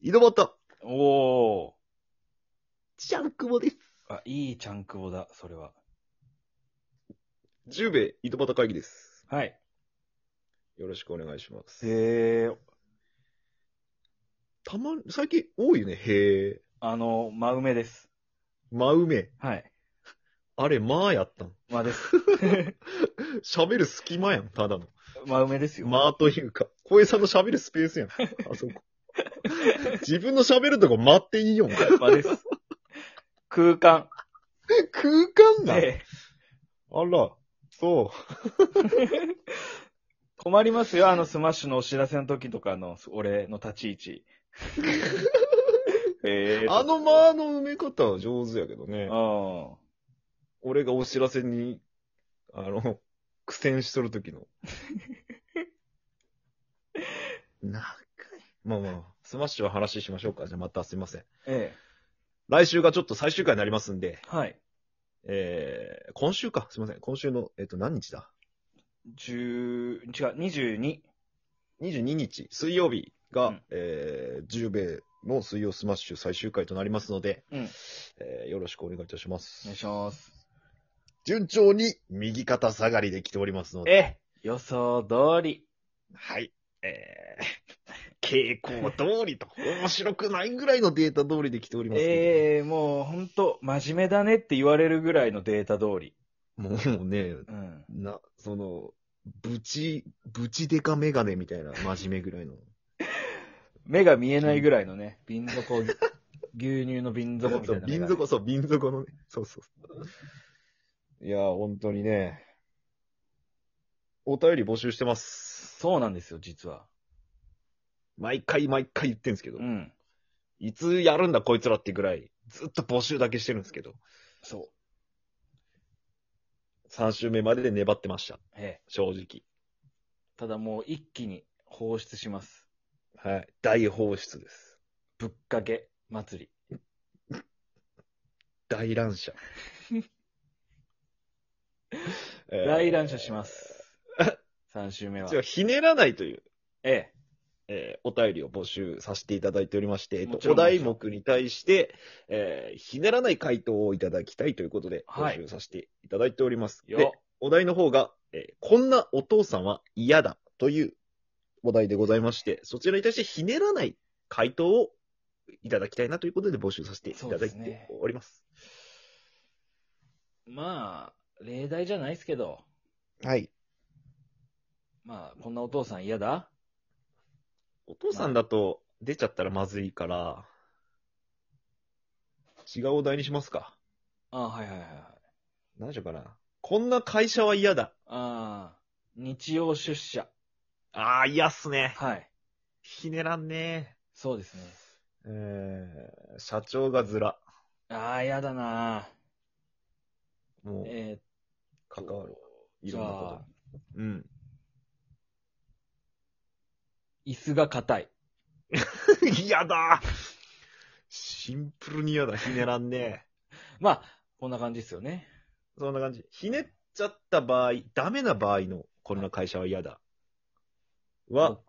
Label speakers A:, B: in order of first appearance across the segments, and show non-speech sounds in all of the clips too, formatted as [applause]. A: 井戸端、
B: おー。
A: ちゃんくぼです。
B: あ、いいちゃんくぼだ、それは。
A: 10名井戸端会議です。
B: はい。
A: よろしくお願いします。
B: へー。
A: たまに、最近多いよね。へえ。
B: あの、真梅です。
A: 真梅。
B: はい。
A: あれ、まあや [laughs] ったん。
B: 真です。
A: 喋る隙間やん、ただの。
B: 真梅ですよ。
A: まあというか、小江さんの喋るスペースやん。あ [laughs] そこ。自分の喋るとこ待っていいよ、お前
B: 真です。空間。
A: 空間だ。
B: で、
A: あら、そう。
B: 困りますよ、あのスマッシュのお知らせの時とかの、俺の立ち位 [laughs] 置。えーと
A: あのまあの埋め方は上手やけどね。
B: うん。
A: 俺がお知らせに、あの、苦戦しとる時
B: [laughs]
A: の。長い。まあまあ、スマッシュは話しましょうか。じゃあまたすいません。
B: え
A: 来週がちょっと最終回になりますんで、
B: えはい。
A: えー、今週か。すいません。今週の、えっ、と、何日だ
B: 十、違う、22。
A: ?22 日、水曜日が、
B: うん
A: えー、10米の水曜スマッシュ最終回となりますので、
B: うん。
A: えー、よろしくお願いいたしま
B: お願い
A: す。
B: します。
A: 順調に右肩下がりで来ておりますので、
B: ええ予想通り。
A: はい。えー、傾 [laughs] 向通りと、面白くないぐらいのデータ通りで来ておりますので、
B: ええもう本当真面目だねって言われるぐらいのデータ通り。
A: もうね、
B: うん。
A: な、その、ブチ、ブチデカメガネみたいな、真面目ぐらいの。
B: 目が見えないぐらいのね、瓶底、牛乳の瓶底みた
A: [laughs] そ
B: いうな。
A: 瓶。底、そう、瓶底のね。そうそうそう。いやー、本当にね、お便り募集してます。
B: そうなんですよ、実は。
A: 毎回毎回言ってんですけど、
B: うん。
A: いつやるんだこいつらってぐらい、ずっと募集だけしてるんですけど、
B: そう。
A: 3週目までで粘ってました、
B: ええ
A: 正直。
B: ただもう一気に放出します。
A: はい。大放出です。
B: ぶっかけ祭り。
A: 大乱
B: [laughs]
A: 射。えー
B: 大乱射します。3週目は
A: 一。応、ひねらないという、
B: ええ。
A: えーお便りを募集させていただいておりまして、えっ
B: もち
A: と、
B: ろ
A: お
B: んもちろん
A: 題目に対して、えーひねらない回答をいただきたいということで、
B: は
A: 募
B: い
A: 集させていただいております。で
B: よ、。
A: お題の方が、えーこんなお父さんは嫌だというお題でございまして、そちらに対してひねらない回答をいただきたいなということで募集させていただい
B: そうですね
A: ております。
B: まあ、例題じゃないですけど、
A: はい。
B: まあ、こんなお父さん嫌だ
A: お父さんだと出ちゃったらまずいから、違うお題にしますか。
B: ああ、はいはいはいはい。
A: 何しようかな。こんな会社は嫌だ。
B: ああ、日曜出社。
A: ああ、嫌っすね。
B: はい。
A: ひねらんね
B: そうですね。
A: えー、社長がずら。
B: ああ、やだな
A: もう、
B: ーえ
A: 関わる。
B: ー、
A: い
B: じ
A: ろ
B: ゃ
A: んなこ
B: あ、
A: とに。うん。
B: 椅子が硬い。
A: [laughs] 嫌だシンプルに嫌だ。ひねらんね
B: まあ、こんな感じですよね。
A: そんな感じ。ひねっちゃった場合、ダメな場合の、こんな会社は嫌だ。は、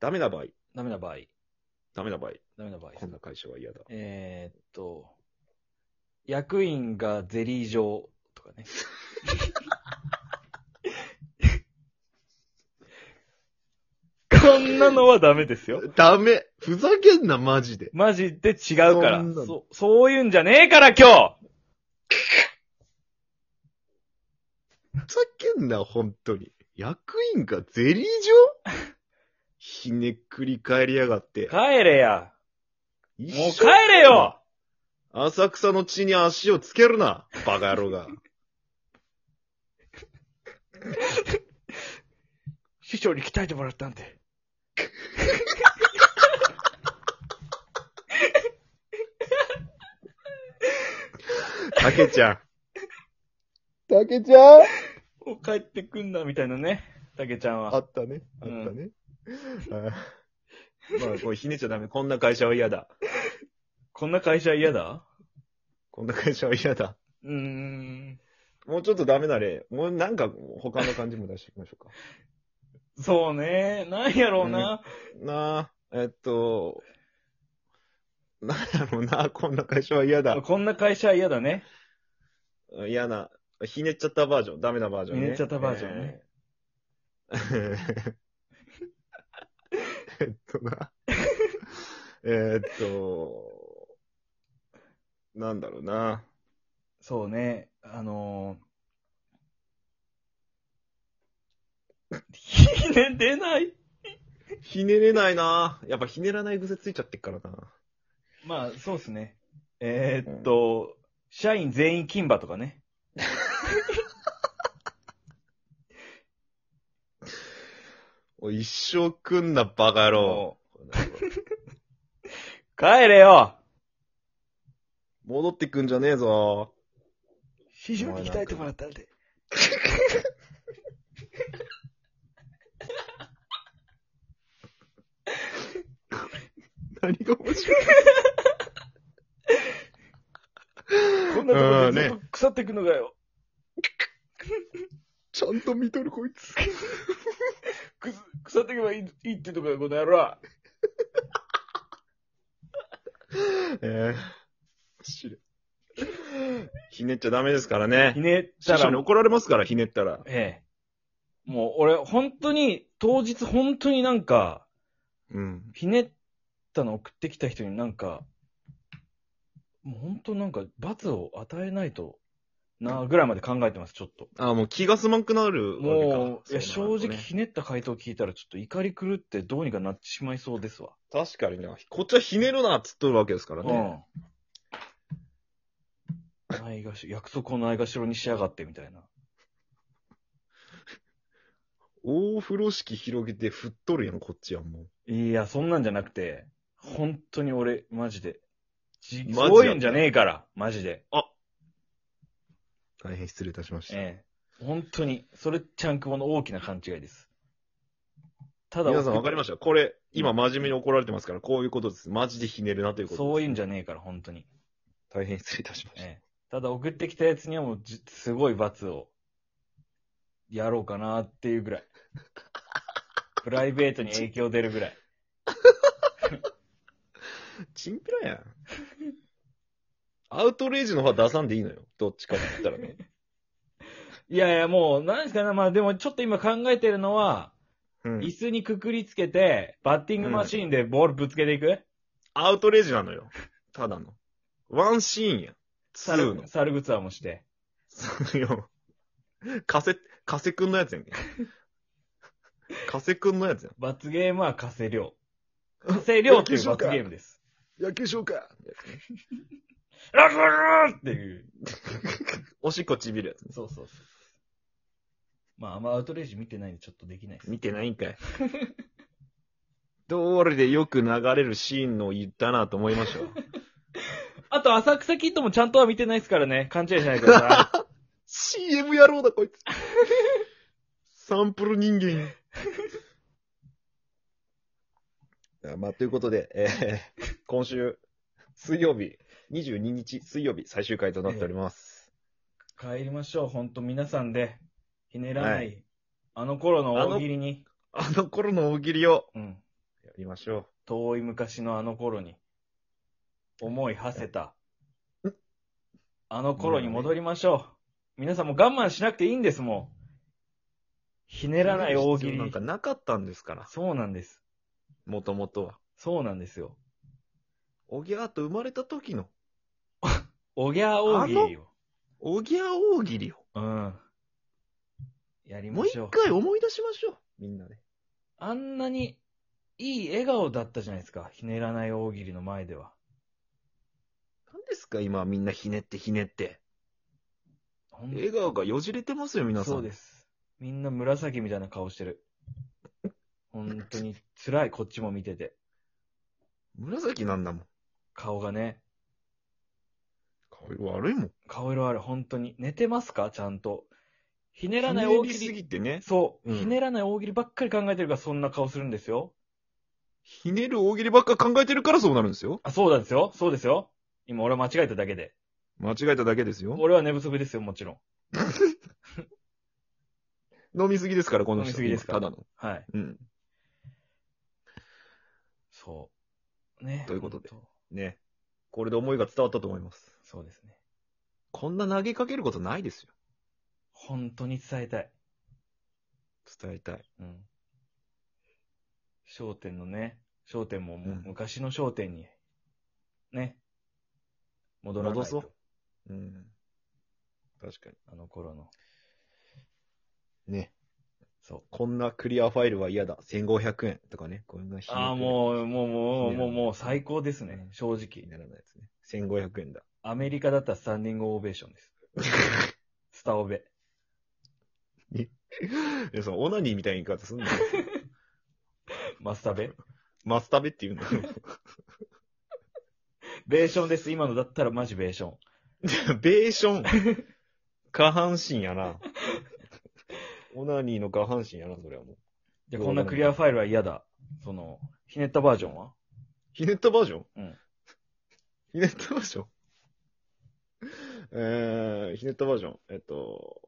A: ダメな場合。
B: ダメな場合。
A: ダメな場合。
B: ダメな場合です。
A: こんな会社は嫌だ。
B: えー、っと、役員がゼリー状と [laughs] かね。こんなのはダメですよ。
A: ダメふざけんな、マジで。
B: マジで違うか
A: そ
B: ら。そ
A: んなの
B: うそういうんじゃねえから今
A: ふざけんな、本当に。役員がゼリー状ひねくり返りやがって
B: 日。帰れや
A: もう
B: もう帰れよ
A: 浅草の地に足をつけるな、バカ野郎が。
B: 師匠に鍛えてもらったんで。
A: たけちゃん。たけちゃん
B: もう帰ってくんな、みたいなね。たけちゃん
A: あ
B: は。
A: ったね。あったね。あーまあ、これひねっちゃダメ。こんな会社は嫌だ。
B: こんな会社嫌だ
A: こんな会社は嫌だ。
B: うーん。
A: もうちょっとダメな例。もうなんか他の感じも出していきましょうか。
B: そうね。なんやろうな。
A: なあ、えっと、なんだろうな、 [laughs] こんな会社は嫌だ。
B: こんな会社は嫌だね。
A: 嫌な、ひねっちゃったバージョン、ダメなバージョン
B: ミ
A: ね。
B: ネちゃったバージョンね。
A: えー。 [laughs] えっとな。 [laughs] えっと、なんだろうな。
B: そうね。あのー、 [laughs] ひね出ない
A: ひねれないな。やっぱひねらない癖ついちゃってっからな。
B: まあ、そうですね。えーっと、社員全員金馬とかね。
A: おい一生くんな、バカ野郎。
B: もう帰れよ
A: 戻ってくんじゃねえぞ。
B: 市
A: 場に鍛えてもら
B: ったんで。
A: 何が面白い
B: こんなと
A: う
B: こ
A: ん
B: で
A: ね
B: ずっと腐ってくのかよ。
A: ちゃんと見とるこいつ。
B: くす腐ってけばいいいいってとこだ、この野郎。
A: ええ知る。ひねっちゃダメですからね
B: ひ。ねった
A: 師匠に
B: ら、
A: 怒られますから、ひねったら。
B: ええ。もう俺、本当に、当日本当になんか、
A: うん。
B: ひねったの送ってきた人になんか、もう本当なんか罰を与えないとなぐらいまで考えてます、ちょっと。
A: ああ、もう気が済まんくなるわけか。
B: もう、いや、
A: そうなると
B: 正直
A: ね
B: ひねった回答聞いたらちょっと怒り狂ってどうにかなってしまいそうですわ。
A: 確かにな。こっちはひねるな、っつっとるわけですからね。
B: うん。ないがし、約束をないがしろにしやがってみたいな。
A: 大風呂敷広げて振っとるやん、こっちはもう。
B: いや、そんなんじゃなくて、本当に俺、マジで。じ
A: マジだった
B: そういうんじゃねえから、マジで。
A: 大変失礼いたしました。
B: ええ。本当に、それちゃんくぼの大きな勘違いです。ただ、
A: 皆さんわかりましたこれ、今真面目に怒られてますから、こういうことです。マジでひねるなということです。
B: そういうんじゃねえから、本当に。
A: 大変失礼いたしました。
B: ええ。ただ、送ってきたやつにはもうじ、すごい罰を、やろうかなっていう
A: [laughs]
B: ぐらい。プライベートに影響出るぐらい。
A: チンピラやん。アウトレイジの方は出さんでいいのよ。どっちかって言ったらね。
B: いやいや、もう、なんですかね。まあ、でも、ちょっと今考えてるのは、
A: うん
B: 椅。子にくくりつけて、バッティングマシーンでボールぶつけていく、
A: アウトレイジなのよ。ただの。ワンシーンや。ツ
B: サ
A: ー
B: ル
A: の、。
B: サルグツアーもして。
A: そうよ。カセ、カセくんのやつやんけ。カセくんのやつや
B: 罰ゲームは加
A: [laughs]
B: 瀬亮。加瀬亮という罰ゲームです。
A: ん。野球しようか。
B: ラクラクっていう。
A: おしっこちびるやつね。
B: そうそうそう。まあ、あんまアウトレイジ見てないんでちょっとできないです。
A: 見てないんか [laughs] い。どれでよく流れるシーンの言ったなと思いましたよ。
B: あと、浅草キッドもちゃんとは見てないですからね。勘違いしないでくださ
A: CM 野郎だ、こい [laughs] つ。サンプル人間や。 [laughs] あまあ、ということで、えー今週、水曜日、22日水曜日、最終回となっております。
B: い。帰りましょう。ほんと皆さんで、ひねらない、
A: は
B: あの頃の大喜利に、
A: あの頃の大喜利を
B: うん。
A: やりましょ
B: 遠い昔のあの頃に、思い馳せた、あの頃に戻りましょう。皆さんもう我慢しなくていいんです、もう。ひ
A: う。
B: ねらない大喜利
A: なん。かなかったんですから、
B: そうなんです。
A: もともとは。
B: そうなんですよ。
A: おぎゃーと生まれた時の、
B: おぎゃー大喜利を。
A: おぎゃー大喜利を、
B: うん。やり
A: も
B: ま
A: う
B: し
A: 一
B: ょう。
A: 回思い出しましょう。みんなで。
B: あんなに、いい笑顔だったじゃないですか。ひねらない大喜利の前では。
A: 何ですか、今みんなひねってひねって。
B: ほん
A: 笑顔がよじれてますよ、皆さん。
B: そうです。みんな紫みたいな顔してる。本当に辛い、こっちも見てて。
A: 紫なんだもん。
B: 顔がね。
A: 顔色悪いもん。
B: 顔色ある、本当に。寝てますかちゃんと。ひねらない
A: ひ
B: 大
A: ねり
B: 喜
A: す
B: 利。
A: ぎてね。
B: そう、
A: うん
B: ひねらない大喜利ばっかり考えてるからそんな顔するんですよ。
A: ひねる大喜利ばっか考えてるからそうなるんですよ。
B: あ、そうなんですよ。そうですよ。今俺は間違えただけで。
A: 間違えただけですよ。
B: 俺は寝不足ですよ、もちろん。
A: 飲みすぎですから、この人。
B: 飲みすぎですから
A: ただの。
B: はい。
A: うん。
B: そう。ね。
A: ということで
B: 本当。
A: ね。これで思いが伝わったと思います。
B: そうですね。
A: こんな投げかけることないですよ。
B: 本当に伝えたい。
A: 伝えたい。
B: うん。商店のね、商店ももう
A: うん
B: 昔の商店に、ね、戻らないと。
A: 戻そう。うん。確か
B: あの頃の。
A: に。ね。
B: そう。
A: こんなクリアファイルは嫌だ。1500円とかね。こんな
B: ああ、もう、もう、もう、もう、もう、最高です
A: う
B: ね
A: ん。
B: 正
A: 気に
B: 直。
A: ならないですね。1500円だ。 [laughs]
B: アメリカだったらスタンディングオベーションです。スタオベ。
A: いや、その、オナニーみたいな言い方すんの
B: マスタベ。
A: [laughs] マスタベって言うんだ。
B: ベーションです。今のだったらマジベーション。
A: ベーション。下半身やな。オナニーの下半身やな、それはもう。
B: じゃあ、こんなクリアファイルは嫌だ。その、ひねったバージョンは
A: ひねったバージョン
B: うん。
A: ひねったバージョンえー、ひねったバージョン。えっと、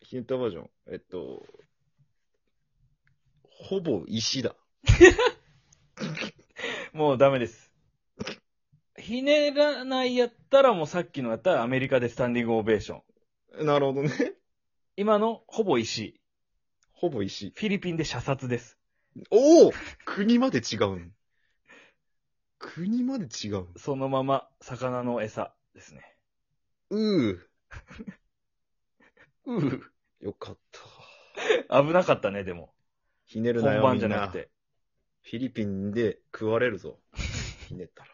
A: ひねったバージョン。えっと、ほぼ石だ。
B: もうダメです。ひねらないやったらもうさっきのやったらアメリカでスタンディングオベーション。
A: なるほどね。
B: 今のほぼ石。
A: ほぼ石。
B: フィリピンで射殺です。
A: おお国まで違うん。国まで違うん。
B: そのまま魚の餌ですね。
A: うー。
B: うう。
A: よかった。
B: 危なかったね、でも。
A: ひねるな
B: 本
A: よ。
B: 番じゃなく
A: みん
B: て。
A: フィリピンで食われるぞ。ひねったら。